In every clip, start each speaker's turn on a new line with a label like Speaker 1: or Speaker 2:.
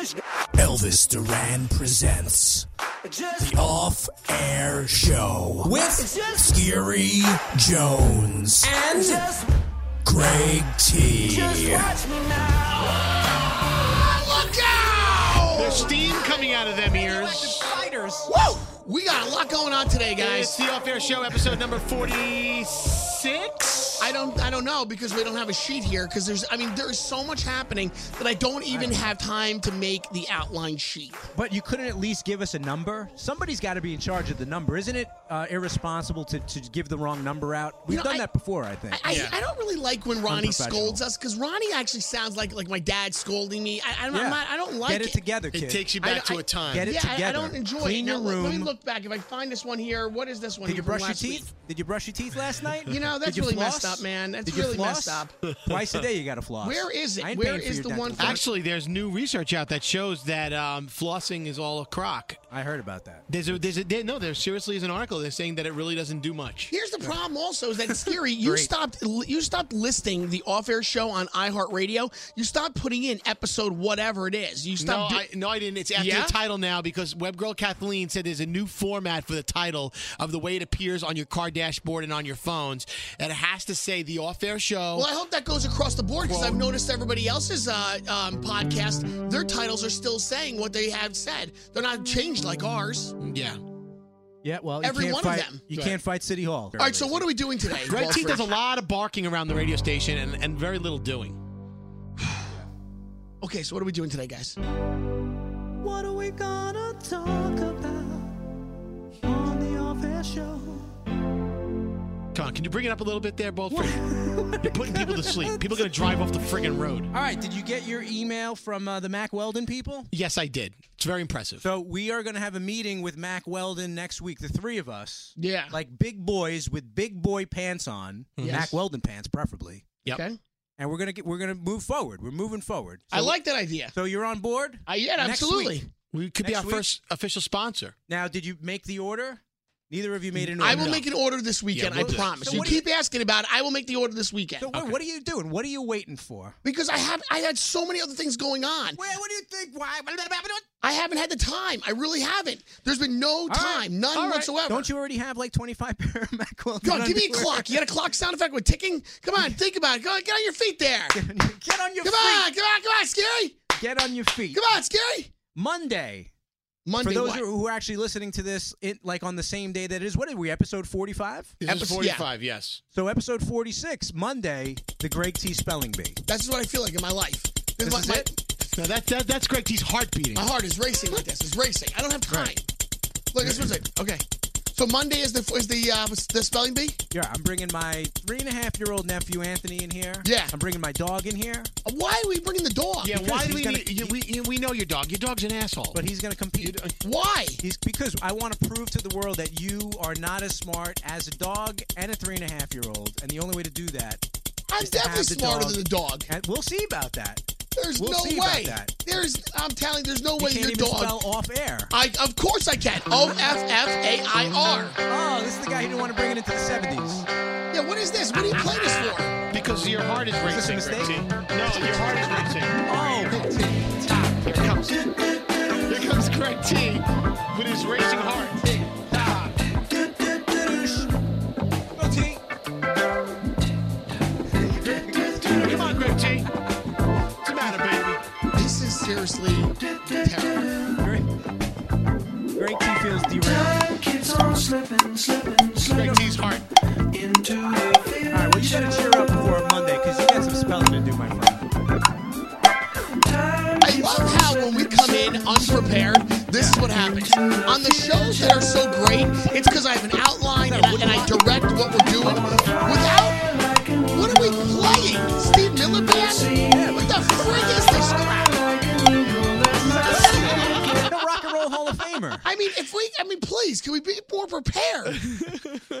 Speaker 1: Elvis Duran presents the Off Air Show with Scary Jones and Greg T.
Speaker 2: There's steam coming out of them ears.
Speaker 3: Whoa! We got a lot going on today,
Speaker 2: It's
Speaker 3: guys.
Speaker 2: the Off Air Show, episode number 46.
Speaker 3: I don't I don't know because we don't have a sheet here because there's I mean there is so much happening that I don't even have time to make the outline sheet.
Speaker 4: But you couldn't at least give us a number. Somebody's got to be in charge of the number, isn't it? Uh, irresponsible to, to give the wrong number out. We've
Speaker 3: know,
Speaker 4: done
Speaker 3: I-
Speaker 4: that before, I think.
Speaker 3: I, I, I don't really like when Ronnie
Speaker 4: Unprofessional.
Speaker 3: scolds us because Ronnie actually sounds like like my dad scolding me. I, I'm,
Speaker 4: Yeah.
Speaker 3: I'm not, I don't like
Speaker 4: Get it together, kid.
Speaker 2: It takes you
Speaker 3: I-
Speaker 2: back to
Speaker 3: I-
Speaker 2: a time.
Speaker 4: Get it
Speaker 3: yeah, I, I
Speaker 4: together.
Speaker 3: don't enjoy
Speaker 4: Clean
Speaker 3: it.
Speaker 4: your
Speaker 3: Now, let- Let me
Speaker 4: room.
Speaker 3: look back. If I find this one here, what is this one?
Speaker 4: Did you
Speaker 3: here from
Speaker 4: brush your
Speaker 3: last
Speaker 4: teeth?
Speaker 3: week?
Speaker 4: Did you brush your teeth last night?
Speaker 3: You know, that's
Speaker 4: Did you
Speaker 3: really messed
Speaker 4: floss?
Speaker 3: up, man. That's
Speaker 4: Did you
Speaker 3: really
Speaker 4: floss?
Speaker 3: messed up.
Speaker 4: Twice a day you got to floss.
Speaker 3: Where is it?
Speaker 4: I ain't
Speaker 3: Where
Speaker 4: paying for
Speaker 3: is
Speaker 4: your
Speaker 3: the
Speaker 4: dental
Speaker 3: one-
Speaker 4: work.
Speaker 2: Actually, there's new research out that shows that um, flossing is all a crock.
Speaker 4: I heard about that.
Speaker 2: There's a, there's a, there, no, there seriously is an article that's saying that it really doesn't do much.
Speaker 3: Here's the problem also is that Scary, you
Speaker 4: Great.
Speaker 3: stopped you stopped listing the off-air show on iHeartRadio. You stopped putting in episode whatever it is. You
Speaker 2: No
Speaker 3: stopped do-
Speaker 2: I, no, I didn't. It's after
Speaker 3: Yeah?
Speaker 2: the title now because Web Girl Kathleen said there's a new format for the title of the way it appears on your car dashboard and on your phones. And it has to say the off air show.
Speaker 3: Well, I hope that goes across the board because I've noticed everybody else's uh, um, podcast, their titles are still saying what they have said. They're not changed like ours.
Speaker 2: Yeah.
Speaker 4: Yeah, well, you
Speaker 3: Every
Speaker 4: can't
Speaker 3: one of
Speaker 4: fight,
Speaker 3: them.
Speaker 4: You
Speaker 2: Right.
Speaker 4: can't fight City Hall.
Speaker 3: All right, so what are we doing today?
Speaker 2: Greg T
Speaker 3: Walford?
Speaker 2: does a lot of barking around the radio station and, and very little doing.
Speaker 3: Okay, so what are we doing today, guys?
Speaker 4: What are we gonna talk about on the off-air show?
Speaker 2: Come on, can you bring it up a little bit there, both? You're putting people to sleep. People are going to drive off the friggin' road.
Speaker 4: All right, did you get your email from uh, the Mac Weldon people?
Speaker 2: Yes, I did. It's very impressive.
Speaker 4: So we are going to have a meeting with Mac Weldon next week, the three of us.
Speaker 3: Yeah.
Speaker 4: Like big boys with big boy pants on,
Speaker 3: Mhm. Yes.
Speaker 4: Mac Weldon pants preferably.
Speaker 2: Yep.
Speaker 3: Okay.
Speaker 4: And we're going to get we're going to move forward. We're moving forward. So,
Speaker 3: I like that idea.
Speaker 4: So you're on board?
Speaker 3: I, yeah,
Speaker 4: Next
Speaker 3: absolutely.
Speaker 4: week.
Speaker 2: We could be
Speaker 4: Next
Speaker 2: our
Speaker 4: week?
Speaker 2: first official sponsor.
Speaker 4: Now, did you make the order? Neither of you made an order.
Speaker 3: I will make an order this weekend,
Speaker 2: we'll
Speaker 3: I
Speaker 2: do that.
Speaker 3: promise.
Speaker 4: So
Speaker 3: you
Speaker 4: what do
Speaker 3: keep asking about it. I will make the order this weekend.
Speaker 4: So wait, what are you doing? What are you waiting for?
Speaker 3: because I have I had so many other things going on.
Speaker 4: Well, what do you think? Why?
Speaker 3: I haven't had the time. I really haven't. There's been no time,
Speaker 4: right.
Speaker 3: none whatsoever.
Speaker 4: Don't you already have like 25 pair of Mac Weldon?
Speaker 3: Come on, give me a
Speaker 4: underwear?
Speaker 3: clock. You got a clock sound effect with ticking? Come on, think about it. Go on, get on your feet there. Come
Speaker 4: Get on your feet.
Speaker 3: on, come on, come on, Scary.
Speaker 4: Get on your feet.
Speaker 3: Come on, Scary.
Speaker 4: Monday.
Speaker 3: Monday,
Speaker 4: For those
Speaker 3: what?
Speaker 4: who who are actually listening to this, it, like on the same day that it is, what are we, episode 45?
Speaker 2: This is
Speaker 3: Episode- yeah.
Speaker 2: 45, yes.
Speaker 4: So, episode 46, Monday, the Greg T Spelling Bee.
Speaker 3: That's what I feel like in my life. This
Speaker 4: This
Speaker 3: my,
Speaker 4: is
Speaker 3: my-
Speaker 4: it?
Speaker 2: No, that, that, that's Greg T's heart beating.
Speaker 3: my heart is racing like this. It's racing. I don't have time. Look, this was it. Okay. So Monday is the is the uh, the spelling bee.
Speaker 4: Yeah, I'm bringing my three and a half year old nephew, Anthony, in here.
Speaker 3: Yeah.
Speaker 4: I'm bringing my dog in here,
Speaker 3: Why are we bringing the dog?
Speaker 2: Yeah,
Speaker 4: Because
Speaker 2: why do
Speaker 4: he's
Speaker 2: we,
Speaker 4: gonna-
Speaker 2: need, you- we you- we know your dog. Your dog's an asshole.
Speaker 4: but he's going to compete.
Speaker 3: Why?
Speaker 4: He's because I want to prove to the world that you are not as smart as a dog and a three and a half year old, and the only way to do that,
Speaker 3: I'm
Speaker 4: Just to
Speaker 3: definitely
Speaker 4: have the
Speaker 3: smarter
Speaker 4: dog.
Speaker 3: than the dog.
Speaker 4: and we'll see about that.
Speaker 3: There's
Speaker 4: we'll
Speaker 3: no
Speaker 4: see about
Speaker 3: way.
Speaker 4: that.
Speaker 3: There's I'm telling you, there's no
Speaker 4: You
Speaker 3: way
Speaker 4: can't
Speaker 3: your
Speaker 4: even
Speaker 3: dog.
Speaker 4: spell off air.
Speaker 3: I of course I can. O F F A I R.
Speaker 4: Oh, this is the guy who didn't want to bring it into the 70s.
Speaker 3: Yeah, what is this? What do you play this for?
Speaker 2: because your heart is
Speaker 4: this a
Speaker 2: racing. Greg T.
Speaker 4: mistake?
Speaker 2: No, your heart is racing.
Speaker 4: Oh, top.
Speaker 2: Here comes, here comes Greg T with his racing heart. Come on, Greg T. What's the matter, baby?
Speaker 3: This is seriously terrible.
Speaker 4: Great T feels derailed.
Speaker 5: keeps on slipping, slipping,
Speaker 2: Greg T's heart.
Speaker 5: into the
Speaker 4: All right, well, you better cheer up before Monday because you got some spelling to do, my friend.
Speaker 3: I love how when we come in unprepared, this is what happens. On the shows that are so great, it's because I have an outline and I, and I direct what we're doing. Without, what are we playing? Steve Miller Band? What the frig is this crap?
Speaker 4: The Rock and Roll Hall of Famer. prepare?
Speaker 3: I mean, if we, I mean, please, can we be more prepared?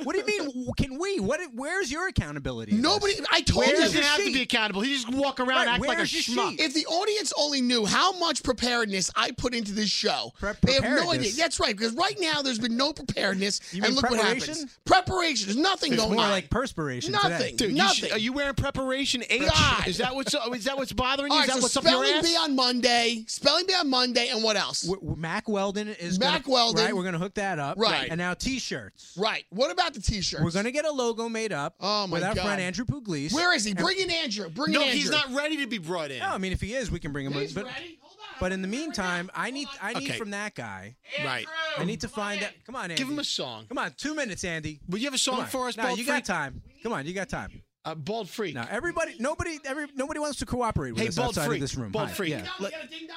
Speaker 4: What do you mean? w- Can we? What? Where's your accountability? in this?
Speaker 3: Nobody, I told
Speaker 4: Where's
Speaker 2: He
Speaker 3: you.
Speaker 4: your
Speaker 2: doesn't have to
Speaker 4: sheet?
Speaker 2: be accountable. He just walk around
Speaker 4: Right,
Speaker 2: act like a
Speaker 4: where's your
Speaker 2: schmuck.
Speaker 4: sheet?
Speaker 3: If the audience only knew how much preparedness I put into this show,
Speaker 4: Pre-
Speaker 3: they have no
Speaker 4: preparedness?
Speaker 3: idea. That's right, because right now there's been no preparedness,
Speaker 4: You
Speaker 3: and
Speaker 4: mean
Speaker 3: look what
Speaker 4: preparation?
Speaker 3: happens. Preparation, there's nothing
Speaker 4: It's
Speaker 3: going
Speaker 4: more
Speaker 3: on.
Speaker 4: like perspiration. today.
Speaker 3: Nothing.
Speaker 2: Dude, you
Speaker 3: nothing.
Speaker 2: should- are you wearing preparation H?
Speaker 3: God.
Speaker 2: Is that what's is that what's bothering you?
Speaker 3: All
Speaker 2: is
Speaker 3: right,
Speaker 2: that
Speaker 3: so
Speaker 2: what's up your
Speaker 3: spelling
Speaker 2: ass?
Speaker 3: bee on Monday. Spelling bee on Monday, and what else?
Speaker 4: W- w- Mac Weldon is
Speaker 3: Mac
Speaker 4: gonna,
Speaker 3: Weldon.
Speaker 4: Right, we're gonna hook that up.
Speaker 3: Right.
Speaker 4: and now T-shirts.
Speaker 3: right. What about the T-shirts?
Speaker 4: We're gonna get a logo made up
Speaker 3: Oh, my
Speaker 4: with our
Speaker 3: God.
Speaker 4: friend Andrew Pugliese.
Speaker 3: Where is he? Bring in Andrew. Bring
Speaker 2: no,
Speaker 3: in Andrew.
Speaker 2: he's not ready to be brought in.
Speaker 4: No, I mean if he is, we can bring him. in,
Speaker 3: He's
Speaker 4: but
Speaker 3: ready. Hold on.
Speaker 4: but in the meantime, I need I need
Speaker 2: Okay.
Speaker 4: from that guy.
Speaker 2: right.
Speaker 4: I need to find out. Come on, Andy.
Speaker 2: Give him a song.
Speaker 4: Come on, two minutes, Andy.
Speaker 2: Will you have a
Speaker 4: Come
Speaker 2: song
Speaker 4: on.
Speaker 2: for us,
Speaker 4: No,
Speaker 2: Bald
Speaker 4: you
Speaker 2: Freak?
Speaker 4: got time. Come on, you got time.
Speaker 2: Uh, Bald Freak.
Speaker 4: Now everybody, nobody, every nobody wants to cooperate with
Speaker 2: Hey,
Speaker 4: us
Speaker 2: Bald
Speaker 4: outside
Speaker 2: Freak.
Speaker 4: of this room.
Speaker 2: Bald
Speaker 4: Hi.
Speaker 2: Freak.
Speaker 4: Yeah.
Speaker 2: Let-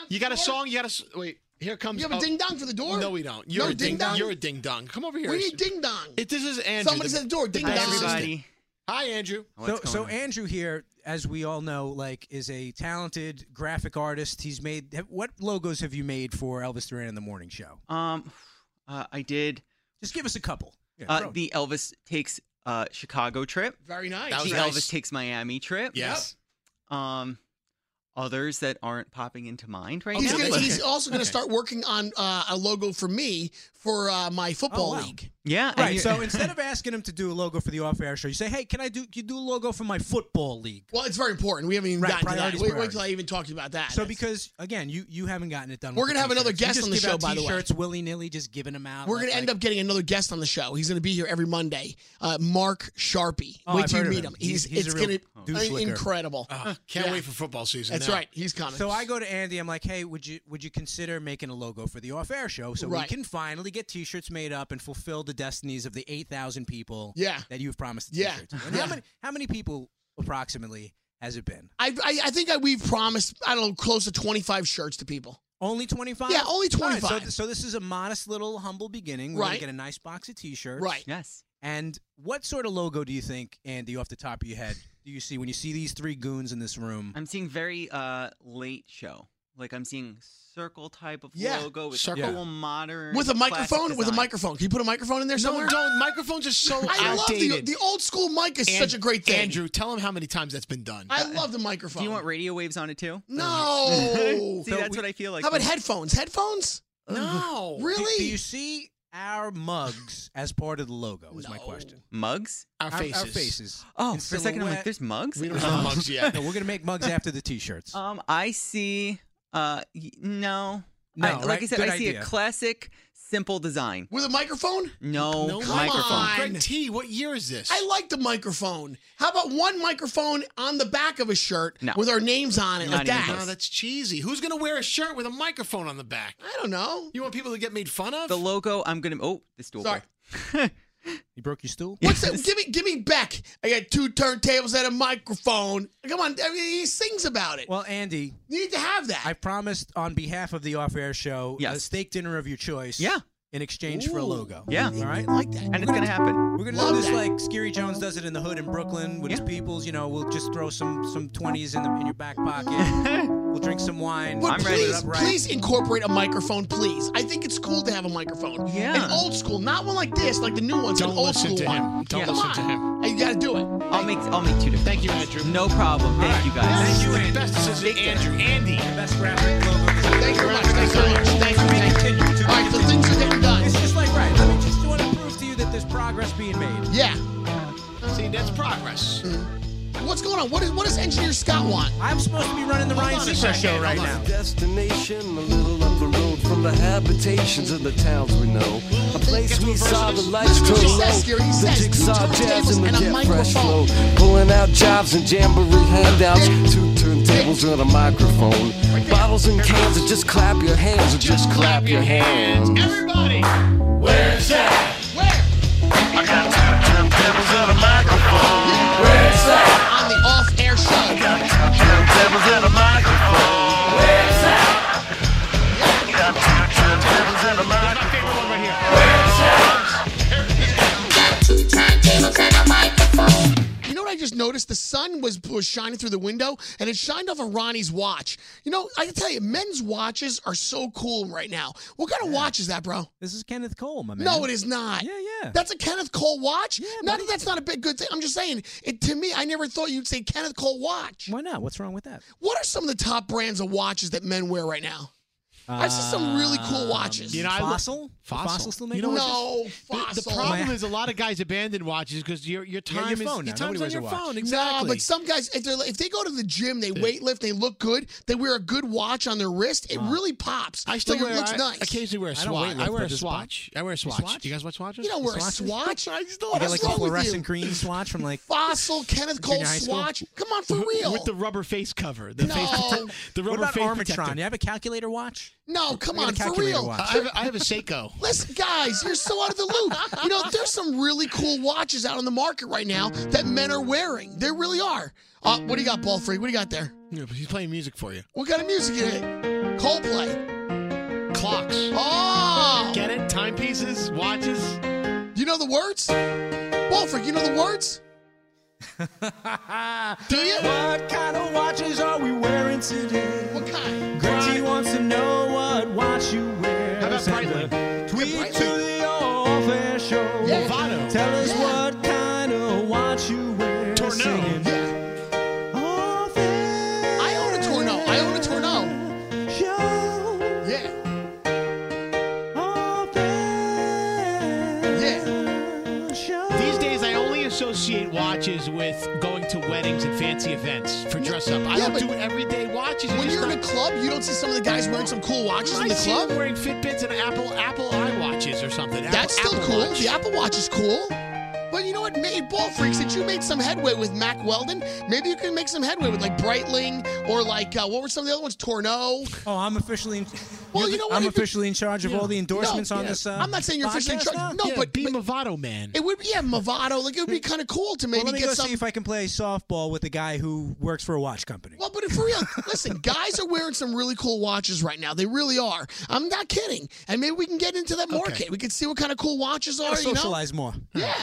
Speaker 2: you got a song? You got a s- wait. Here comes.
Speaker 3: You have a
Speaker 2: oh,
Speaker 3: ding dong for the door?
Speaker 2: No, we don't. You're
Speaker 3: no
Speaker 2: a ding dong.
Speaker 3: dong.
Speaker 2: You're a ding dong. Come over here.
Speaker 3: We need ding dong.
Speaker 2: It- this is Andrew.
Speaker 3: Somebody's
Speaker 2: the-
Speaker 3: at the door. Ding
Speaker 6: Hi,
Speaker 3: dong.
Speaker 6: everybody.
Speaker 2: Hi, Andrew.
Speaker 4: So,
Speaker 6: What's
Speaker 4: so
Speaker 6: going on?
Speaker 4: Andrew here, as we all know, like is a talented graphic artist. He's made have- what logos have you made for Elvis Duran and the Morning Show?
Speaker 6: um, uh, I did
Speaker 4: Just give us a couple. Yeah,
Speaker 6: uh,
Speaker 4: throw 'em.
Speaker 6: the Elvis takes uh Chicago trip,
Speaker 3: Very nice.
Speaker 6: the
Speaker 2: That was nice.
Speaker 6: Elvis takes Miami trip.
Speaker 2: Yes.
Speaker 6: Um, others that aren't popping into mind right
Speaker 3: He's,
Speaker 6: now.
Speaker 2: Okay.
Speaker 3: Oh, gonna,
Speaker 6: but-
Speaker 3: he's also going to start working on uh, a logo for me for uh, my football
Speaker 4: Oh, wow.
Speaker 3: league.
Speaker 6: yeah, and
Speaker 4: right.
Speaker 6: you-
Speaker 4: So instead of asking him to do a logo for the off-air show, you say, "Hey, can I do? Can you do a logo for my football league?"
Speaker 3: Well, it's very important. We haven't even
Speaker 4: Right,
Speaker 3: gotten to that.
Speaker 4: priorities,
Speaker 3: Wait, wait
Speaker 4: priorities.
Speaker 3: till I even talked about that.
Speaker 4: So
Speaker 3: That's-
Speaker 4: because again, you you haven't gotten it done.
Speaker 3: We're
Speaker 4: with
Speaker 3: gonna have another
Speaker 4: t-shirts. You
Speaker 3: guest
Speaker 4: just
Speaker 3: on the
Speaker 4: give
Speaker 3: show,
Speaker 4: out
Speaker 3: by the way.
Speaker 4: T-shirts willy nilly, just giving them out.
Speaker 3: we're going to end up getting another guest on the show. He's going to be here every Monday. Uh, Mark Sharpy.
Speaker 4: Oh,
Speaker 3: Wait
Speaker 4: I've
Speaker 3: till you
Speaker 4: heard of
Speaker 3: meet
Speaker 4: him.
Speaker 3: him. He's,
Speaker 4: He's- he's
Speaker 3: it's
Speaker 4: a real oh,
Speaker 3: going to
Speaker 4: douche
Speaker 3: be
Speaker 4: licker. Oh,
Speaker 3: incredible.
Speaker 2: Ah, can't
Speaker 3: Yeah.
Speaker 2: wait for football season.
Speaker 3: That's
Speaker 2: now.
Speaker 3: right. He's coming.
Speaker 4: So I go to Andy. I'm like, "Hey, would you would you consider making a logo for the off-air show so
Speaker 3: Right.
Speaker 4: we can finally get T-shirts made up and fulfill the destinies of the 8,000 people
Speaker 3: Yeah.
Speaker 4: that you've promised the
Speaker 3: Yeah.
Speaker 4: T-shirts?" And
Speaker 3: Yeah.
Speaker 4: how many how many people approximately has it been?
Speaker 3: I, I, I think I, we've promised, I don't know, close to 25 shirts to people.
Speaker 4: Only 25.
Speaker 3: Yeah, only
Speaker 4: All right, so
Speaker 3: 25.
Speaker 4: th- so, this is a modest little humble beginning. We're
Speaker 3: Right.
Speaker 4: gonna get a nice box of T-shirts.
Speaker 3: Right.
Speaker 6: yes,
Speaker 4: And what sort of logo do you think, Andy, off the top of your head, do you see when you see these three goons in this room?
Speaker 6: I'm seeing very uh late show. Like I'm seeing circle type of
Speaker 3: Yeah,
Speaker 6: logo with
Speaker 2: circle.
Speaker 6: cool modern
Speaker 3: With a
Speaker 6: classic
Speaker 3: microphone? With a
Speaker 6: design.
Speaker 3: microphone. Can you put a microphone in there
Speaker 2: No,
Speaker 3: somewhere?
Speaker 2: don't. Microphones are so
Speaker 3: I love
Speaker 2: outdated.
Speaker 3: the, the old school mic is
Speaker 2: And-
Speaker 3: such a great thing.
Speaker 2: Andrew, tell him how many times that's been done.
Speaker 6: Uh,
Speaker 3: I love the microphone.
Speaker 6: Do you want radio waves on it too?
Speaker 3: No.
Speaker 6: See, that's what I feel like.
Speaker 3: How about headphones? Headphones?
Speaker 2: no.
Speaker 4: Do,
Speaker 3: Really?
Speaker 4: do you see our mugs as part of the logo? Is my
Speaker 3: No.
Speaker 4: question.
Speaker 6: mugs?
Speaker 2: Our
Speaker 4: Our-
Speaker 2: faces.
Speaker 4: Our, faces.
Speaker 6: Oh,
Speaker 4: In
Speaker 6: for a second, I'm like,
Speaker 4: silhouette.
Speaker 6: there's mugs.
Speaker 2: We don't have mugs yet.
Speaker 4: No, we're gonna make mugs after the t-shirts.
Speaker 6: Um, I see. Uh, y- no.
Speaker 4: No,
Speaker 6: I, like I
Speaker 4: right?
Speaker 6: said,
Speaker 4: Good
Speaker 6: I see
Speaker 4: idea.
Speaker 6: a classic, simple design.
Speaker 3: With a microphone?
Speaker 6: No,
Speaker 2: No
Speaker 3: Come
Speaker 6: microphone.
Speaker 3: on.
Speaker 2: Greg T, what year is this?
Speaker 3: I like the microphone. How about one microphone on the back of a shirt
Speaker 6: No.
Speaker 3: with our names on it
Speaker 6: Not
Speaker 3: like
Speaker 6: even
Speaker 3: that?
Speaker 6: close.
Speaker 2: No, Oh, that's cheesy. Who's gonna wear a shirt with a microphone on the back?
Speaker 3: I don't know.
Speaker 2: You want people to get made fun of?
Speaker 6: The logo. I'm gonna. Oh, this stool.
Speaker 3: Sorry.
Speaker 4: You broke your stool.
Speaker 3: What's that? Give me, give me back. I got two turntables and a microphone. Come on, I mean, he sings about it.
Speaker 4: Well, Andy,
Speaker 3: you need to have that.
Speaker 4: I promised on behalf of the off-air show a
Speaker 6: Yes.
Speaker 4: steak dinner of your choice.
Speaker 6: Yeah.
Speaker 4: In exchange for a
Speaker 3: Ooh.
Speaker 4: logo.
Speaker 6: Yeah.
Speaker 4: All right.
Speaker 3: I like that.
Speaker 6: And it's gonna happen.
Speaker 4: We're gonna
Speaker 3: Love
Speaker 4: do this
Speaker 3: that.
Speaker 4: like Scary Jones does it in the hood in Brooklyn with his
Speaker 6: Yeah.
Speaker 4: peoples. You know, we'll just throw some some twenties in the in your back pocket. we'll drink some wine.
Speaker 3: But
Speaker 6: I'm ready.
Speaker 3: please,
Speaker 4: Right.
Speaker 3: please incorporate a microphone, please. I think it's cool to have a microphone.
Speaker 6: Yeah.
Speaker 3: An old school, not one like this, like the new ones.
Speaker 2: Don't
Speaker 3: an old
Speaker 2: listen
Speaker 3: school
Speaker 2: to
Speaker 3: one.
Speaker 2: him. Don't
Speaker 6: Yeah.
Speaker 2: listen
Speaker 3: Come
Speaker 2: to him.
Speaker 3: on. You gotta do it.
Speaker 6: I'll make. I'll make two different.
Speaker 2: Thank you, Andrew.
Speaker 6: No problem. Thank you
Speaker 4: Thank
Speaker 6: guys.
Speaker 4: you,
Speaker 2: This is
Speaker 4: Andy.
Speaker 2: the best decision, Andrew. Andy.
Speaker 4: Best graphic logo.
Speaker 3: Thank you very much. Thank you very much. Thank you. Thank you.
Speaker 4: Continue to-
Speaker 3: All right, so things are getting done.
Speaker 4: It's just like right. Let me just want to prove to you that there's progress being made.
Speaker 3: Yeah.
Speaker 2: See, that's progress.
Speaker 3: What's going on? What, is, what does Engineer Scott want?
Speaker 4: I'm supposed to be running the Ryan
Speaker 2: on a
Speaker 4: Seacrest show
Speaker 2: second,
Speaker 4: right
Speaker 2: hold
Speaker 4: now.
Speaker 2: on.
Speaker 7: destination, a little up the road from the habitations of the towns we know. A place
Speaker 2: Get to a
Speaker 7: we
Speaker 2: verse
Speaker 7: saw
Speaker 2: of
Speaker 7: the
Speaker 2: this.
Speaker 7: lights
Speaker 3: Look at
Speaker 7: turn
Speaker 3: what
Speaker 7: low.
Speaker 3: she says, Gary. He
Speaker 7: The
Speaker 3: says,
Speaker 7: jigsaw
Speaker 3: two
Speaker 7: jazz
Speaker 3: turntables
Speaker 7: and the
Speaker 3: and a
Speaker 7: jet fresh
Speaker 3: microphone.
Speaker 7: flow. Pulling out jobs and jamboree handouts. Two turntables and a microphone. Bottles and cans and just clap your hands or just clap your hands.
Speaker 2: Everybody.
Speaker 7: Where's that?
Speaker 3: Where?
Speaker 7: I got two turntables and a microphone. Where's that?
Speaker 3: On the off-air show.
Speaker 7: Got two turntables and a microphone. Where's that? Got two turntables and a microphone.
Speaker 2: My favorite one right here.
Speaker 3: You know what I just noticed? The sun was was shining through the window, and it shined off of Ronnie's watch. You know, I can tell you, men's watches are so cool right now. What kind of watch is that, bro?
Speaker 4: This is Kenneth Cole, my man.
Speaker 3: No, it is not.
Speaker 4: Yeah, yeah.
Speaker 3: That's a Kenneth Cole watch. not that that's not a big good thing. I'm just saying, it, to me, I never thought you'd say Kenneth Cole watch.
Speaker 4: Why not? What's wrong with that?
Speaker 3: What are some of the top brands of watches that men wear right now? I see some really cool watches.
Speaker 2: Um, You know, I look-
Speaker 4: Fossil?
Speaker 2: Fossil.
Speaker 4: Fossil still making
Speaker 2: You know
Speaker 4: watches?
Speaker 3: no,
Speaker 2: The, the
Speaker 3: fossil.
Speaker 2: problem is a lot of guys abandon watches because your your
Speaker 4: Yeah,
Speaker 2: time
Speaker 4: your
Speaker 2: is
Speaker 4: phone now.
Speaker 2: your
Speaker 4: Nobody
Speaker 2: time's on
Speaker 4: wears a
Speaker 2: your
Speaker 4: watch.
Speaker 2: phone.
Speaker 4: No,
Speaker 3: Nah,
Speaker 2: Exactly.
Speaker 3: but some guys, if, they're, if they go to the gym, they weight lift, they look good, they wear a good watch on their wrist, it really pops.
Speaker 2: Uh-huh. I still
Speaker 3: like,
Speaker 2: wear.
Speaker 3: it looks
Speaker 2: I
Speaker 3: nice.
Speaker 2: occasionally wear a
Speaker 4: I don't
Speaker 2: swatch.
Speaker 4: weight lift,
Speaker 2: I wear
Speaker 4: but
Speaker 2: a
Speaker 4: does
Speaker 2: swatch. I wear a swatch.
Speaker 4: swatch?
Speaker 2: Do you guys watch watches?
Speaker 3: You don't wear a
Speaker 4: Swatches?
Speaker 3: swatch? I still
Speaker 4: You got like
Speaker 3: What's
Speaker 4: the
Speaker 3: wrong with
Speaker 4: fluorescent
Speaker 3: you?
Speaker 4: green swatch from like.
Speaker 3: Fossil, Kenneth Cole
Speaker 4: Junior high school?
Speaker 3: swatch. Come on, for real.
Speaker 2: With the rubber face cover. The
Speaker 3: No.
Speaker 2: face prote- the
Speaker 4: What
Speaker 2: rubber
Speaker 4: about
Speaker 2: face
Speaker 4: Armatron?
Speaker 2: protector.
Speaker 4: You have a calculator watch?
Speaker 3: no, come
Speaker 4: I got a
Speaker 3: on, for
Speaker 4: calculator
Speaker 3: real.
Speaker 2: I
Speaker 4: watch.
Speaker 2: have, I have a Seiko.
Speaker 3: Listen, guys, you're so out of the loop. You know, there's some really cool watches out on the market right now that men are wearing. There really are. Uh, what do you got, Ball Freak? What do you got there?
Speaker 2: Yeah, but he's playing music for you.
Speaker 3: What kind of music is it? Coldplay.
Speaker 2: Clocks.
Speaker 3: Oh!
Speaker 2: Get it? Timepieces, watches.
Speaker 3: You know the words? Ball Freak, you know the words? do you?
Speaker 4: What kind of watches are we wearing today?
Speaker 3: What kind?
Speaker 4: Gritty wants to know what watch you wear.
Speaker 2: How about Breitling?
Speaker 4: Tweet
Speaker 3: Yeah, Breitling.
Speaker 4: to the all-fair show.
Speaker 3: Yeah.
Speaker 2: Vado.
Speaker 4: Tell us
Speaker 3: Yeah.
Speaker 4: what kind of watch you wear.
Speaker 2: Tornado.
Speaker 4: Singing,
Speaker 3: Yeah.
Speaker 4: "All-fair
Speaker 3: I own a Tornado. I own a Tornado.
Speaker 4: show.
Speaker 3: Yeah.
Speaker 4: All-fair show."
Speaker 2: These days, I only associate watches with going to weddings and fancy events for dress up. I
Speaker 3: Yeah,
Speaker 2: don't
Speaker 3: but-
Speaker 2: do everyday watches. It's
Speaker 3: When
Speaker 2: just
Speaker 3: you're in a
Speaker 2: not-
Speaker 3: club, you don't see some of the guys wearing some cool watches in
Speaker 2: I
Speaker 3: the
Speaker 2: see them
Speaker 3: club?
Speaker 2: wearing Fitbits and Apple Apple iWatches or something. Apple-
Speaker 3: That's still
Speaker 2: Apple
Speaker 3: cool.
Speaker 2: Watch.
Speaker 3: The Apple Watch is cool. But you know what, made ball freaks that you made some headway with Mac Weldon. Maybe you can make some headway with like Breitling or like uh, what were some of the other ones? Torno.
Speaker 4: Oh, I'm officially. In,
Speaker 3: Well,
Speaker 4: you're
Speaker 3: you
Speaker 4: the-
Speaker 3: know what,
Speaker 4: I'm
Speaker 3: if you-
Speaker 4: officially in charge of all the endorsements
Speaker 3: No,
Speaker 4: on
Speaker 3: yeah.
Speaker 4: this. Uh,
Speaker 3: I'm not saying you're officially in
Speaker 4: podcast
Speaker 3: charge- no,
Speaker 4: now?
Speaker 2: Yeah,
Speaker 3: but-
Speaker 2: be
Speaker 3: but-
Speaker 2: Movado man.
Speaker 3: It would be yeah, Movado. Like it would be kind of cool to maybe
Speaker 4: Well, let me
Speaker 3: get
Speaker 4: go
Speaker 3: some.
Speaker 4: see if I can play softball with a guy who works for a watch company.
Speaker 3: Well, but for real, listen, guys are wearing some really cool watches right now. They really are. I'm not kidding. And maybe we can get into that market. We can see what kind of cool watches are. You know?
Speaker 4: socialize more.
Speaker 3: Yeah.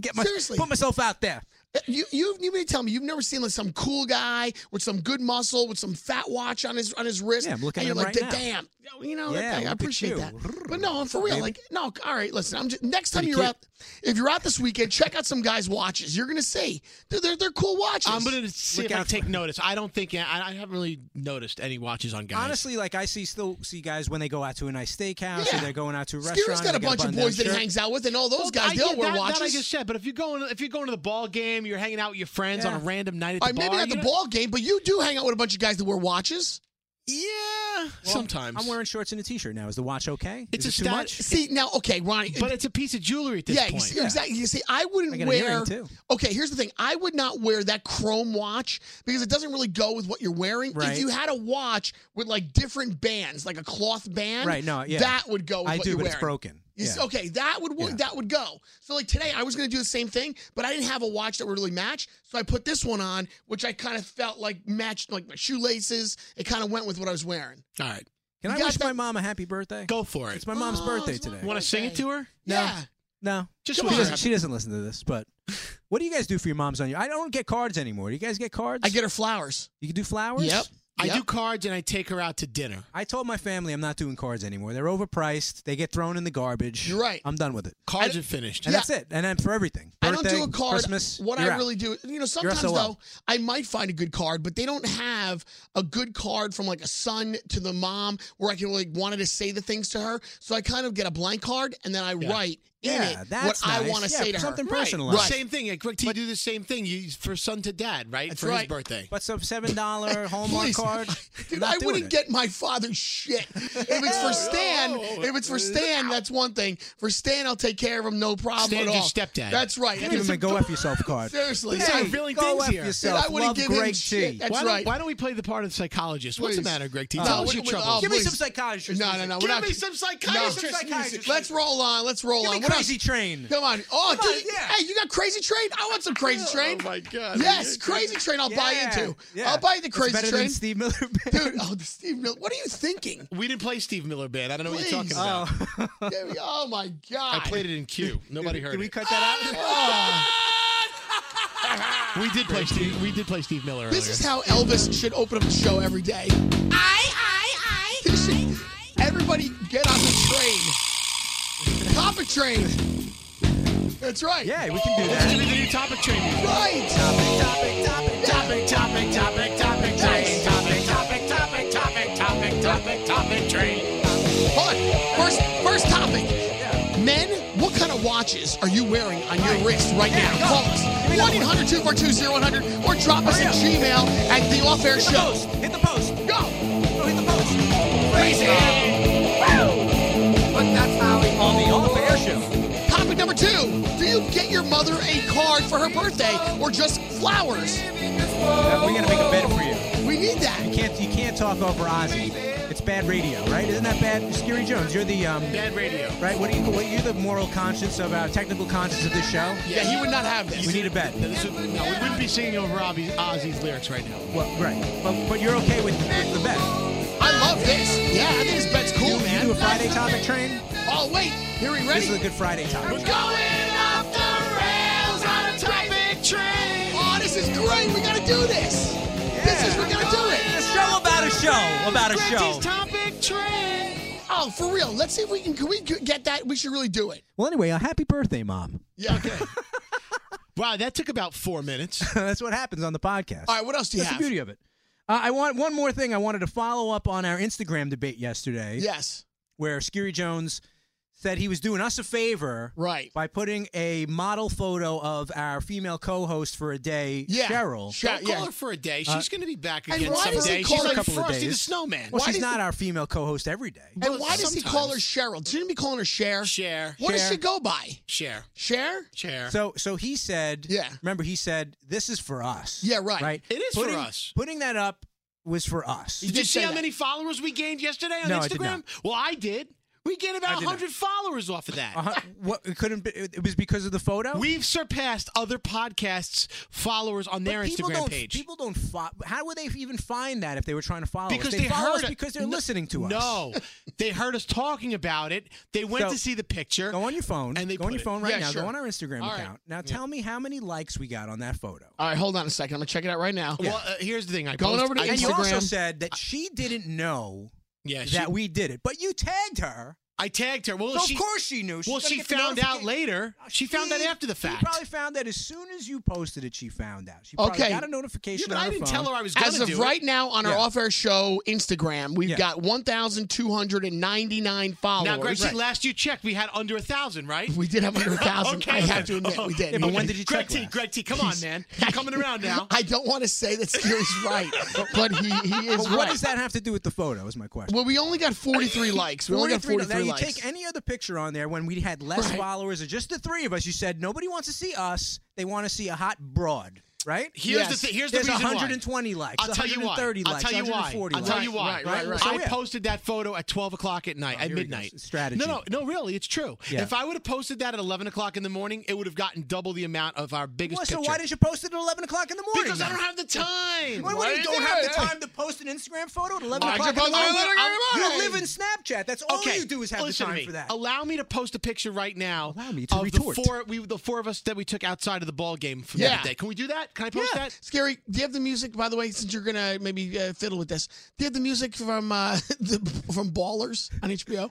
Speaker 4: Get my,
Speaker 3: Seriously.
Speaker 4: put myself out there.
Speaker 3: You you you mean to tell me you've never seen like some cool guy with some good muscle with some fat watch on his on his wrist?
Speaker 4: Yeah, I'm looking
Speaker 3: and
Speaker 4: at
Speaker 3: you're
Speaker 4: him
Speaker 3: like,
Speaker 4: right
Speaker 3: damn, you know,
Speaker 4: Yeah,
Speaker 3: that thing, I
Speaker 4: look at
Speaker 3: appreciate
Speaker 4: you.
Speaker 3: that. But no, I'm for real.
Speaker 4: Baby.
Speaker 3: Like, no, all right, listen. I'm just, next time you're
Speaker 4: cute.
Speaker 3: out, if you're out this weekend, check out some guys' watches. You're gonna see they're they're, they're cool watches.
Speaker 2: I'm gonna see
Speaker 4: Look
Speaker 2: if I
Speaker 4: out
Speaker 2: take notice. I don't think I, I haven't really noticed any watches on guys.
Speaker 4: Honestly, like I see still see guys when they go out to a nice steakhouse
Speaker 3: Yeah.
Speaker 4: or they're going out to a restaurant.
Speaker 3: Skeeter's got
Speaker 4: they
Speaker 3: a bunch of
Speaker 4: button-down
Speaker 3: boys that he
Speaker 4: shirt.
Speaker 3: hangs out with, and all those
Speaker 2: Well,
Speaker 3: guys
Speaker 2: I
Speaker 3: they all
Speaker 2: get
Speaker 3: wear
Speaker 2: that,
Speaker 3: watches.
Speaker 2: That I just said, but if you're going, if you're going to the ball game, you're hanging out with your friends on a
Speaker 4: Yeah.
Speaker 2: random night at the
Speaker 3: all right,
Speaker 2: bar.
Speaker 3: maybe not
Speaker 2: you
Speaker 3: the
Speaker 2: know-
Speaker 3: ball game, but you do hang out with a bunch of guys that wear watches.
Speaker 2: Yeah, sometimes
Speaker 4: I'm wearing shorts and a t-shirt now. Is the watch okay?
Speaker 2: It's
Speaker 4: Is
Speaker 2: a
Speaker 4: it too
Speaker 2: stat-
Speaker 4: much?
Speaker 3: See now, okay, Ronnie,
Speaker 2: but it's a piece of jewelry at this
Speaker 3: yeah, you
Speaker 2: point.
Speaker 3: see- exactly. You see, I wouldn't
Speaker 4: I got a
Speaker 3: wear.
Speaker 4: earring, too.
Speaker 3: Okay, here's the thing: I would not wear that chrome watch because it doesn't really go with what you're wearing. If
Speaker 4: Right.
Speaker 3: you had a watch with like different bands, like a cloth band,
Speaker 4: Right, no, yeah.
Speaker 3: that would go. With
Speaker 4: I
Speaker 3: what
Speaker 4: do,
Speaker 3: you're
Speaker 4: but
Speaker 3: wearing.
Speaker 4: it's broken.
Speaker 3: You see-
Speaker 4: Yeah.
Speaker 3: Okay, that would wo-
Speaker 4: Yeah.
Speaker 3: that would go. So like today, I was gonna do the same thing, but I didn't have a watch that would really match. So I put this one on, which I kind of felt like matched like my shoelaces. It kind of went with what I was wearing.
Speaker 2: All right,
Speaker 4: Can
Speaker 3: You
Speaker 4: I
Speaker 3: got
Speaker 4: wish
Speaker 3: that-
Speaker 4: my mom a happy birthday?
Speaker 2: go for it.
Speaker 4: It's my mom's
Speaker 3: Oh,
Speaker 4: birthday
Speaker 3: it's my
Speaker 4: today.
Speaker 2: Want to sing it to her?
Speaker 4: No.
Speaker 3: Yeah.
Speaker 4: No,
Speaker 2: Just
Speaker 3: Come
Speaker 2: wish
Speaker 4: she
Speaker 3: on.
Speaker 2: her
Speaker 4: doesn't,
Speaker 2: happy-
Speaker 4: she doesn't listen to this. But what do you guys do for your moms on your? I don't get cards anymore. Do you guys get cards?
Speaker 3: I get her flowers.
Speaker 4: You can do flowers.
Speaker 2: I
Speaker 3: Yep.
Speaker 2: do cards and I take her out to dinner.
Speaker 4: I told my family I'm not doing cards anymore. They're overpriced. They get thrown in the garbage.
Speaker 3: You're right.
Speaker 4: I'm done with it.
Speaker 2: Cards are finished.
Speaker 4: And
Speaker 3: Yeah.
Speaker 4: that's it. And then for everything.
Speaker 3: I don't
Speaker 4: Birthday,
Speaker 3: do a card.
Speaker 4: Christmas.
Speaker 3: what
Speaker 4: you're
Speaker 3: I
Speaker 4: out.
Speaker 3: really do, you know, sometimes
Speaker 4: SOL.
Speaker 3: though, I might find a good card, but they don't have a good card from like a son to the mom where I can like wanted to say the things to her. So I kind of get a blank card and then I write in
Speaker 4: Yeah,
Speaker 3: it
Speaker 4: that's
Speaker 3: what I
Speaker 4: nice.
Speaker 3: want to
Speaker 4: Yeah,
Speaker 3: say to
Speaker 4: something
Speaker 3: her.
Speaker 4: personalized.
Speaker 3: Right.
Speaker 2: Same thing. Like, Greg T, you do the same thing you, for son to dad, right?
Speaker 3: That's
Speaker 2: for
Speaker 3: right.
Speaker 2: his birthday.
Speaker 4: But some seven dollar Hallmark
Speaker 3: Please.
Speaker 4: card.
Speaker 3: Dude,
Speaker 4: not
Speaker 3: I
Speaker 4: doing
Speaker 3: wouldn't
Speaker 4: it.
Speaker 3: get my father shit. If it's for Stan, if it's for Stan, that's one thing. For Stan, I'll take care of him, no problem
Speaker 2: Stan's
Speaker 3: at
Speaker 2: your
Speaker 3: all.
Speaker 2: stepdad.
Speaker 3: That's right.
Speaker 4: Give him a go f yourself card.
Speaker 3: Seriously,
Speaker 2: Hey,
Speaker 3: sorry.
Speaker 2: Stop revealing
Speaker 4: go
Speaker 2: things
Speaker 4: F
Speaker 2: here.
Speaker 4: Yourself.
Speaker 3: Dude, I wouldn't
Speaker 4: Love
Speaker 3: give him
Speaker 4: Greg
Speaker 3: shit.
Speaker 4: T.
Speaker 3: That's
Speaker 2: why,
Speaker 3: right.
Speaker 2: don't, why don't we play the part of the psychologist? What's the
Speaker 3: Please.
Speaker 2: matter, Greg T?
Speaker 3: No,
Speaker 2: Tell
Speaker 3: we-
Speaker 2: us your
Speaker 3: we-
Speaker 2: troubles.
Speaker 3: oh,
Speaker 4: Give me
Speaker 3: please.
Speaker 4: some psychiatrist.
Speaker 3: No, no, no. We're
Speaker 2: Give
Speaker 3: not,
Speaker 2: me some psychiatrist
Speaker 3: No.
Speaker 4: music.
Speaker 3: Let's roll on. Let's roll
Speaker 4: Give
Speaker 3: on.
Speaker 4: me
Speaker 3: What
Speaker 4: Crazy
Speaker 3: else?
Speaker 4: Train.
Speaker 3: Come on. Oh,
Speaker 4: Come
Speaker 3: dude.
Speaker 4: on, yeah.
Speaker 3: Hey, you got Crazy Train? I want some Crazy Train.
Speaker 2: God.
Speaker 3: Yes, Crazy Train. I'll buy
Speaker 4: Yeah,
Speaker 3: into.
Speaker 4: yeah.
Speaker 3: I'll buy the
Speaker 4: It's
Speaker 3: Crazy
Speaker 4: better
Speaker 3: Train.
Speaker 4: Than Steve Miller.
Speaker 3: Dude, oh, the Steve Miller. What are you thinking?
Speaker 2: We didn't play Steve Miller Band. I don't know what you're talking
Speaker 3: Please.
Speaker 2: about.
Speaker 3: Dude, oh my God.
Speaker 2: I played it in Q. Nobody heard
Speaker 4: Did we
Speaker 2: it.
Speaker 4: cut that out?
Speaker 3: Oh.
Speaker 2: We did play Steve. We did play Steve Miller. Earlier.
Speaker 3: This is how Elvis should open up the show every day. I, I, I. everybody get on the train. Topic train. That's right.
Speaker 4: Yeah, we can do
Speaker 2: It's
Speaker 4: that.
Speaker 2: gonna be the new topic train. music.
Speaker 3: Right.
Speaker 8: Topic, topic, topic, topic, train. Topic, topic, topic, topic, topic, topic, topic, train.
Speaker 3: Hold on. First, first topic. Men, what kind of watches are you wearing on your wrist right now? Call us. 1 800 242 100 or drop us a Gmail at the off air
Speaker 8: Hit the
Speaker 3: show.
Speaker 8: post. Hit the post.
Speaker 3: Go.
Speaker 8: Go hit the post. Crazy. Woo! But that's how we call the off-air show.
Speaker 3: Topic number two. Do you get your mother a card for her birthday or just flowers?
Speaker 4: We're gonna make a bed for you.
Speaker 3: We need that.
Speaker 4: You can't you can't talk over Ozzy. It's bad radio, right? Isn't that bad? Scary Jones, you're the um,
Speaker 2: Bad radio.
Speaker 4: right. What are you? What, you're the moral conscience of our technical conscience of this show.
Speaker 3: Yeah, he would not have this.
Speaker 4: We need a bed.
Speaker 2: No, this would, no, we wouldn't be singing over Ozzy's, Ozzy's lyrics right now.
Speaker 4: Well, right, but, but you're okay with, with the bed.
Speaker 3: I love this. Yeah, I think this bet's cool,
Speaker 4: You, you
Speaker 3: man.
Speaker 4: do a Friday topic train.
Speaker 3: Oh, wait. Here we
Speaker 4: This
Speaker 3: ready.
Speaker 4: is a good Friday topic.
Speaker 3: Going off the rails on a topic train. Oh, this is great. We gotta do this. This is we gotta do
Speaker 8: A
Speaker 3: it.
Speaker 8: show about a show about a show.
Speaker 3: topic train. Oh, for real. Let's see if we can. Can we get that? We should really do it.
Speaker 4: Well, anyway, a happy birthday, mom.
Speaker 3: Yeah. Okay.
Speaker 2: Wow, that took about four minutes.
Speaker 4: That's what happens on the podcast.
Speaker 3: All right. What else do you
Speaker 4: That's
Speaker 3: have?
Speaker 4: the beauty of it. Uh, I want one more thing. I wanted to follow up on our Instagram debate yesterday,
Speaker 3: Yes.
Speaker 4: where Scary Jones said he was doing us a favor
Speaker 3: Right.
Speaker 4: by putting a model photo of our female co-host for a day,
Speaker 3: Yeah.
Speaker 4: Cheryl.
Speaker 3: Sh-
Speaker 2: Don't
Speaker 3: Yeah, yeah. Uh,
Speaker 2: call her for a day. She's going to be back
Speaker 3: and
Speaker 2: again
Speaker 3: why does
Speaker 2: someday.
Speaker 3: he call
Speaker 2: She's
Speaker 3: her
Speaker 2: like
Speaker 3: a couple
Speaker 4: of
Speaker 2: Frosty the
Speaker 4: days?
Speaker 2: Snowman.
Speaker 4: well,
Speaker 3: why
Speaker 4: she's
Speaker 3: does
Speaker 4: not our female co-host every day.
Speaker 3: And
Speaker 2: Well,
Speaker 3: why does he call her Cheryl? Shouldn't he be calling her Cher?
Speaker 2: Share,
Speaker 3: What does she go by?
Speaker 2: share,
Speaker 3: Cher?
Speaker 2: share.
Speaker 4: So, so he said,
Speaker 3: Yeah.
Speaker 4: Remember, he said, "This is for us."
Speaker 3: Yeah, right.
Speaker 4: Right.
Speaker 2: It is for
Speaker 4: putting,
Speaker 2: us.
Speaker 4: Putting that up was for us.
Speaker 2: did
Speaker 3: did
Speaker 2: you see
Speaker 3: say
Speaker 2: how
Speaker 3: that.
Speaker 2: many followers we gained yesterday on
Speaker 4: No,
Speaker 2: Instagram?
Speaker 4: I did not.
Speaker 2: Well, I did. We gained about
Speaker 4: did not.
Speaker 2: 100 followers off of that.
Speaker 4: Uh-huh. What it couldn't be, it was because of the photo.
Speaker 2: We've surpassed other podcasts' followers on
Speaker 4: But
Speaker 2: their
Speaker 4: people
Speaker 2: Instagram
Speaker 4: don't,
Speaker 2: page.
Speaker 4: People don't. Fo- how would they even find that if they were trying to follow
Speaker 2: because
Speaker 4: us?
Speaker 2: they,
Speaker 4: follow
Speaker 2: heard
Speaker 4: us because they're
Speaker 2: no-
Speaker 4: listening to us.
Speaker 2: No, they heard us talking about it. They went
Speaker 4: So,
Speaker 2: to see the picture.
Speaker 4: Go on your phone.
Speaker 2: And they
Speaker 4: go on
Speaker 2: put
Speaker 4: your
Speaker 2: it.
Speaker 4: phone right
Speaker 3: Yeah,
Speaker 4: now.
Speaker 3: sure.
Speaker 4: Go on our Instagram
Speaker 2: All right.
Speaker 4: account. Now tell me how many likes we got on that photo.
Speaker 3: All right. Hold on a second. I'm gonna check it out right now.
Speaker 2: Well, uh, here's the thing. I
Speaker 3: Going
Speaker 2: post-
Speaker 3: over to
Speaker 2: I-
Speaker 4: and you also
Speaker 3: Instagram.
Speaker 4: said that she didn't know
Speaker 2: yeah, she-
Speaker 4: that we did it, but you tagged her.
Speaker 2: I tagged her. Well,
Speaker 4: so
Speaker 2: she,
Speaker 4: of course she knew. She's
Speaker 2: well,
Speaker 4: gonna
Speaker 2: she
Speaker 4: get the
Speaker 2: found out
Speaker 4: notification.
Speaker 2: later. She found out
Speaker 4: She-
Speaker 2: after the
Speaker 4: she
Speaker 2: fact.
Speaker 4: probably found out as soon as you posted it. She found out. She probably
Speaker 3: Okay.
Speaker 4: got a
Speaker 2: yeah,
Speaker 4: notification.
Speaker 2: but
Speaker 4: on
Speaker 2: I
Speaker 4: her
Speaker 2: didn't
Speaker 4: phone.
Speaker 2: tell her I was going
Speaker 3: As
Speaker 2: to
Speaker 3: of
Speaker 2: do
Speaker 3: right
Speaker 2: it.
Speaker 3: now on our
Speaker 4: Yeah.
Speaker 3: off-air show Instagram, we've
Speaker 4: Yeah.
Speaker 3: got 1,299 followers.
Speaker 2: Now, Greg, see, last you checked, we had under a thousand, right?
Speaker 3: we did have under a thousand.
Speaker 2: Okay,
Speaker 3: I have
Speaker 2: okay.
Speaker 3: to admit, we did.
Speaker 2: Okay.
Speaker 4: But when did you
Speaker 2: Oh, Greg
Speaker 4: check
Speaker 2: T,
Speaker 4: last?
Speaker 2: Greg T, come on, man. You're coming around now.
Speaker 3: I don't want to say that Scary's right, but he, he is
Speaker 4: But what
Speaker 3: right.
Speaker 4: does that have to do with the photo? Is my question.
Speaker 3: Well, we only got 43 likes. We only got 43
Speaker 4: now, you
Speaker 3: likes.
Speaker 4: take any other picture on there when we had less
Speaker 3: Right.
Speaker 4: followers or just the three of us. You said nobody wants to see us; they want to see a hot broad, right?
Speaker 2: Here's
Speaker 3: Yes.
Speaker 2: the thi- here's
Speaker 4: There's
Speaker 2: the reason why.
Speaker 4: 120 likes.
Speaker 2: I'll tell you why.
Speaker 4: 130
Speaker 2: I'll
Speaker 4: likes.
Speaker 2: tell you why.
Speaker 4: 140
Speaker 2: I'll tell
Speaker 4: likes.
Speaker 2: you why.
Speaker 3: Right, right,
Speaker 4: So,
Speaker 2: I
Speaker 4: Oh, yeah. Oh,
Speaker 2: posted that photo at 12 o'clock at night, at
Speaker 4: here we go.
Speaker 2: midnight.
Speaker 4: Strategy.
Speaker 2: No, no, no, really, it's true.
Speaker 4: Yeah.
Speaker 2: If I would have posted that at 11 o'clock in the morning, it would have gotten double the amount of our biggest
Speaker 4: Well, so
Speaker 2: picture.
Speaker 4: why did you post it at 11 o'clock in the morning?
Speaker 2: because I don't
Speaker 4: then?
Speaker 2: have the time.
Speaker 4: Why,
Speaker 3: Why
Speaker 4: when you
Speaker 3: did
Speaker 4: don't
Speaker 3: you
Speaker 4: have the
Speaker 3: do it?
Speaker 4: time to post an Instagram photo at 11
Speaker 3: Why'd
Speaker 4: o'clock in
Speaker 3: you
Speaker 4: the
Speaker 3: post it at
Speaker 4: morning?
Speaker 3: 11 in the
Speaker 4: You
Speaker 3: morning?
Speaker 4: live in Snapchat. That's all you do is have the
Speaker 2: listen to
Speaker 4: time
Speaker 2: me.
Speaker 4: for that.
Speaker 2: Allow me to post a picture right now
Speaker 4: Allow me to
Speaker 2: of
Speaker 4: retort.
Speaker 2: the four we the four of us that we took outside of the ball game from
Speaker 3: Yeah.
Speaker 2: that day. Can we do that? Can I post
Speaker 4: Yeah.
Speaker 2: that?
Speaker 3: Scary, do you have the music, by the way, since you're going to maybe uh, fiddle with this? Do you have the music from uh, the, from Ballers on HBO?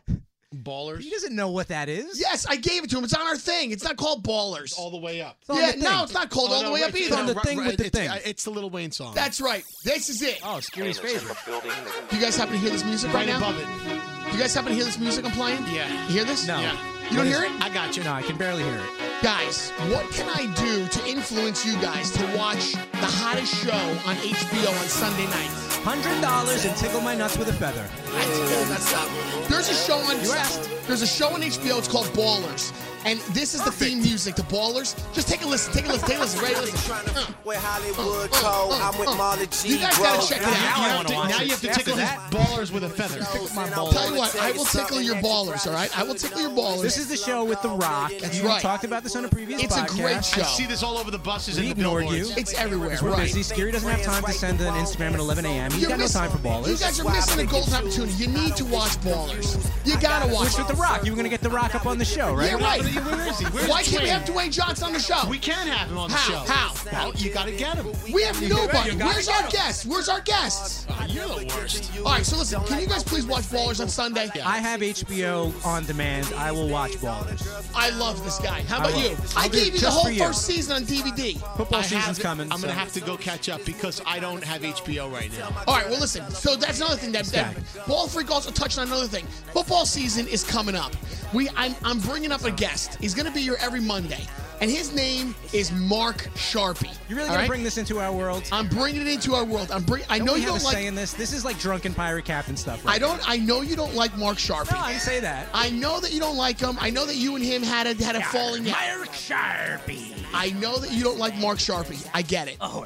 Speaker 2: Ballers
Speaker 4: He doesn't know what that is.
Speaker 3: Yes, I gave it to him. It's on our thing. It's not called Ballers.
Speaker 2: all the way up.
Speaker 4: It's on
Speaker 3: yeah,
Speaker 4: the thing.
Speaker 3: no, it's not called All the Way Up
Speaker 2: right,
Speaker 3: either.
Speaker 2: Oh, no,
Speaker 4: on the
Speaker 2: right,
Speaker 4: thing with
Speaker 2: right,
Speaker 4: the
Speaker 2: it's-
Speaker 4: thing.
Speaker 2: uh, It's the Little Wayne song.
Speaker 3: That's right. This is it.
Speaker 4: Oh, Scary's favorite.
Speaker 3: Do you guys happen to hear this music
Speaker 2: right
Speaker 3: right, now?
Speaker 2: above it.
Speaker 3: Do you guys happen to hear this music I'm playing?
Speaker 2: Yeah.
Speaker 3: You hear this?
Speaker 4: No.
Speaker 2: Yeah.
Speaker 3: You don't hear it?
Speaker 2: I got you.
Speaker 4: No, I can barely hear it.
Speaker 3: Guys, what can I do to influence you guys to watch the hottest show on HBO on Sunday nights?
Speaker 4: $100 and tickle my nuts with a feather.
Speaker 3: I told that's not. There's a show on.
Speaker 4: You asked.
Speaker 3: There's a show on HBO. It's called Ballers, and this is the theme music to Ballers. Just take a listen. Take a listen. Take a listen. Ready? Listen. Uh,
Speaker 9: With Hollywood
Speaker 3: uh,
Speaker 9: Cole,
Speaker 3: uh,
Speaker 9: I'm with
Speaker 3: uh.
Speaker 9: Marla G.
Speaker 3: You guys gotta check it out.
Speaker 2: Now,
Speaker 4: I
Speaker 2: you have
Speaker 4: wanna
Speaker 2: to,
Speaker 4: watch
Speaker 2: now
Speaker 4: it.
Speaker 2: you have to
Speaker 4: After
Speaker 2: tickle
Speaker 4: that-
Speaker 2: these ballers with a feather.
Speaker 3: Oh.
Speaker 9: my
Speaker 3: Tell you what, I will tickle your ballers. All right, I will tickle your ballers.
Speaker 4: This is the show with The Rock.
Speaker 3: That's
Speaker 4: we
Speaker 3: right.
Speaker 4: talked about this on a previous
Speaker 3: It's a
Speaker 4: podcast.
Speaker 3: great show.
Speaker 2: I see this all over the buses
Speaker 4: We
Speaker 2: and the
Speaker 4: ignored
Speaker 2: billboards.
Speaker 4: you.
Speaker 3: It's everywhere,
Speaker 4: We're
Speaker 3: right?
Speaker 4: busy. Scary doesn't have time to send an Instagram at 11 a.m. He's
Speaker 3: You're
Speaker 4: got no
Speaker 3: missing-
Speaker 4: time for
Speaker 3: You
Speaker 4: ballers.
Speaker 3: guys are missing a golden opportunity. You need to watch Ballers. You gotta watch
Speaker 4: Which with The
Speaker 3: it.
Speaker 4: Rock, you were going to get The Rock up on the show, right?
Speaker 3: Yeah, right.
Speaker 2: But he? Where is he? Where's
Speaker 3: Why can't we
Speaker 2: Dwayne?
Speaker 3: have Dwayne Johnson on the show?
Speaker 2: We can have him on the
Speaker 3: How?
Speaker 2: show.
Speaker 3: How?
Speaker 2: Well, you got to get him.
Speaker 3: We have nobody.
Speaker 2: You gotta
Speaker 3: Where's
Speaker 2: get
Speaker 3: our
Speaker 2: him.
Speaker 3: guests? Where's our guests?
Speaker 4: Uh,
Speaker 2: You're the worst.
Speaker 3: All right, so listen, can you guys please watch Ballers on Sunday?
Speaker 4: I have HBO on demand. I will watch Ballers.
Speaker 3: I love this guy. How
Speaker 4: I
Speaker 3: about
Speaker 4: will.
Speaker 3: you?
Speaker 4: I'll
Speaker 3: I
Speaker 4: do it
Speaker 3: gave you the
Speaker 4: just
Speaker 3: whole
Speaker 4: for you.
Speaker 3: first season on DVD.
Speaker 4: Football
Speaker 2: I
Speaker 4: season's
Speaker 2: have-
Speaker 4: coming.
Speaker 2: I'm
Speaker 4: so-
Speaker 2: gonna have to go catch up because I don't have HBO right now.
Speaker 3: All right, well, listen. So that's another thing that, that Ball Freak also touched on another thing. Football season is coming up. We, I'm, I'm bringing up a guest. He's going to be here every Monday, and his name is Mark Sharpie.
Speaker 4: You're really
Speaker 3: All
Speaker 4: gonna
Speaker 3: right?
Speaker 4: bring this into our world?
Speaker 3: I'm bringing it into our world. I'm bring. I
Speaker 4: Don't
Speaker 3: know
Speaker 4: we
Speaker 3: you
Speaker 4: have
Speaker 3: don't
Speaker 4: a say
Speaker 3: like.
Speaker 4: in this. This is like drunken pirate captain stuff. Right
Speaker 3: I don't. I know you don't like Mark Sharpie.
Speaker 4: No, I didn't say that.
Speaker 3: I know that you don't like him. I know that you and him had a had a falling out.
Speaker 8: Mark Sharpie.
Speaker 3: I know that you don't like Mark Sharpie. I get it.
Speaker 4: Oh,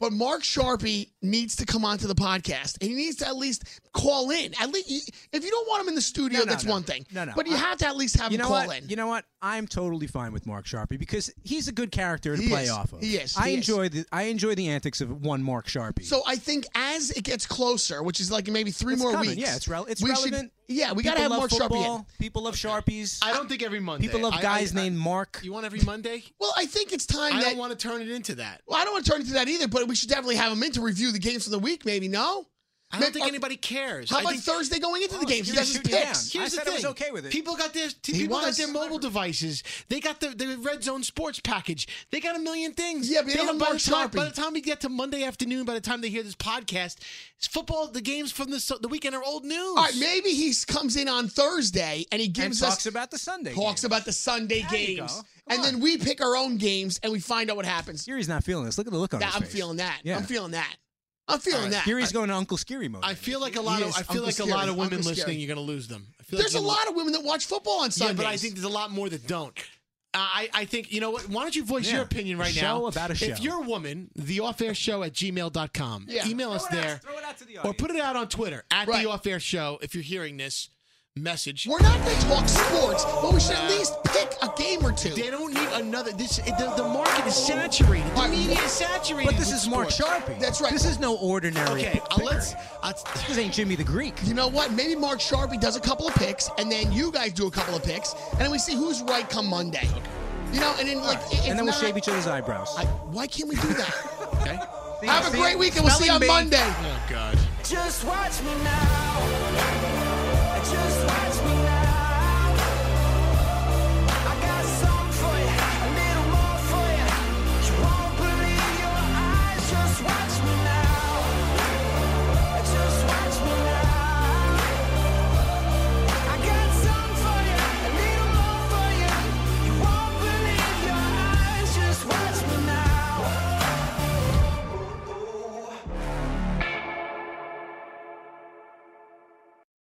Speaker 3: But Mark Sharpie needs to come onto the podcast, and he needs to at least call in. At least if you don't want him in the studio,
Speaker 4: No, no,
Speaker 3: that's
Speaker 4: no.
Speaker 3: one thing.
Speaker 4: No, no.
Speaker 3: But you
Speaker 4: I-
Speaker 3: have to at least have
Speaker 4: You
Speaker 3: him
Speaker 4: know
Speaker 3: call
Speaker 4: what?
Speaker 3: in.
Speaker 4: You know what? I'm totally fine with Mark Sharpie because he's a good character to
Speaker 3: He
Speaker 4: play
Speaker 3: is.
Speaker 4: off of.
Speaker 3: He is.
Speaker 4: I
Speaker 3: He is.
Speaker 4: enjoy the I enjoy the antics of one Mark Sharpie.
Speaker 3: so I think as it gets closer, which is like maybe three
Speaker 4: It's
Speaker 3: more
Speaker 4: coming.
Speaker 3: weeks,
Speaker 4: Yeah, it's, rel- it's
Speaker 3: we should-
Speaker 4: relevant.
Speaker 3: yeah, we gotta
Speaker 4: People
Speaker 3: have
Speaker 4: love
Speaker 3: Mark
Speaker 4: football.
Speaker 3: Sharpie in.
Speaker 4: People love Sharpies.
Speaker 2: I don't think every Monday.
Speaker 4: People love
Speaker 2: I-
Speaker 4: guys
Speaker 2: I- I-
Speaker 4: named Mark.
Speaker 2: You want every Monday?
Speaker 3: Well, I think it's time
Speaker 2: I
Speaker 3: that.
Speaker 2: don't want to turn it into that.
Speaker 3: well, I don't want to turn it to that either, but we should definitely have him in to review the games for the week. Maybe no.
Speaker 2: I don't
Speaker 3: Maybe-
Speaker 2: think anybody cares.
Speaker 3: uh, How
Speaker 2: I
Speaker 3: about
Speaker 2: think-
Speaker 3: Thursday going into the games? He
Speaker 4: you're
Speaker 3: does his
Speaker 4: Oh, shooting me down.
Speaker 3: picks.
Speaker 4: I
Speaker 2: Here's the
Speaker 4: said I
Speaker 2: thing.
Speaker 4: was okay with it.
Speaker 2: People got their people
Speaker 3: was.
Speaker 2: got their mobile devices. They got the, the red zone sports package. They got a million things.
Speaker 3: Yeah, but they
Speaker 2: don't-
Speaker 3: don't have
Speaker 2: by the
Speaker 3: Mark
Speaker 2: time,
Speaker 3: Sharpie.
Speaker 2: by the time we get to Monday afternoon, by the time they hear this podcast, it's football, the games from the the weekend are old news.
Speaker 3: All right, maybe he comes in on Thursday and he
Speaker 4: and
Speaker 3: gives
Speaker 4: talks
Speaker 3: us
Speaker 4: about the Sunday.
Speaker 3: talks
Speaker 4: game.
Speaker 3: about the Sunday
Speaker 4: There you
Speaker 3: games,
Speaker 4: go. Come
Speaker 3: and then
Speaker 4: on.
Speaker 3: we pick our own games and we find out what happens.
Speaker 4: Siri's not feeling this. Look at the look on
Speaker 3: That-
Speaker 4: his
Speaker 3: I'm
Speaker 4: face.
Speaker 3: feeling that.
Speaker 4: Yeah.
Speaker 3: I'm feeling that. I'm feeling that.
Speaker 4: Siri's going to Uncle Scary mode.
Speaker 2: I feel like a lot
Speaker 3: He
Speaker 2: of
Speaker 3: is
Speaker 2: I feel
Speaker 3: Uncle
Speaker 2: like a lot
Speaker 3: Scary.
Speaker 2: of women
Speaker 3: Uncle Scary.
Speaker 2: listening. You're gonna lose them. I feel like
Speaker 3: There's a
Speaker 2: you're-
Speaker 3: lot of women that watch football on
Speaker 2: Yeah,
Speaker 3: Sundays.
Speaker 2: but I think there's a lot more that don't. Uh, I, I think, you know what? Why don't you voice
Speaker 4: Yeah.
Speaker 2: your opinion right
Speaker 4: Show
Speaker 2: now?
Speaker 4: about a show.
Speaker 2: If you're a woman, the off air show at gmail.com.
Speaker 3: Yeah.
Speaker 2: Email us there.
Speaker 4: Throw it out to the
Speaker 2: Or put it out on Twitter at
Speaker 3: Right.
Speaker 2: the off air show if you're hearing this message.
Speaker 3: we're not going to talk sports, but we should at least pick a game or two.
Speaker 2: They don't need another. This the, the market is saturated. The
Speaker 3: Alright,
Speaker 2: media is saturated.
Speaker 4: But this
Speaker 2: with
Speaker 4: is Mark
Speaker 2: sports.
Speaker 4: Sharpie.
Speaker 3: That's right.
Speaker 4: This is no ordinary.
Speaker 2: Okay, uh,
Speaker 4: picker.
Speaker 2: let's. Uh,
Speaker 4: This ain't Jimmy the Greek.
Speaker 3: You know what? Maybe Mark Sharpie does a couple of picks, and then you guys do a couple of picks, and then we see who's right come Monday. You know, and then like, it's
Speaker 4: And then we'll
Speaker 3: not-
Speaker 4: shave each other's eyebrows.
Speaker 3: I- why can't we do that?
Speaker 2: okay.
Speaker 3: Have a great week, and we'll see you on
Speaker 4: Spelling bee.
Speaker 3: Monday.
Speaker 2: Oh, God.
Speaker 8: Just watch me now.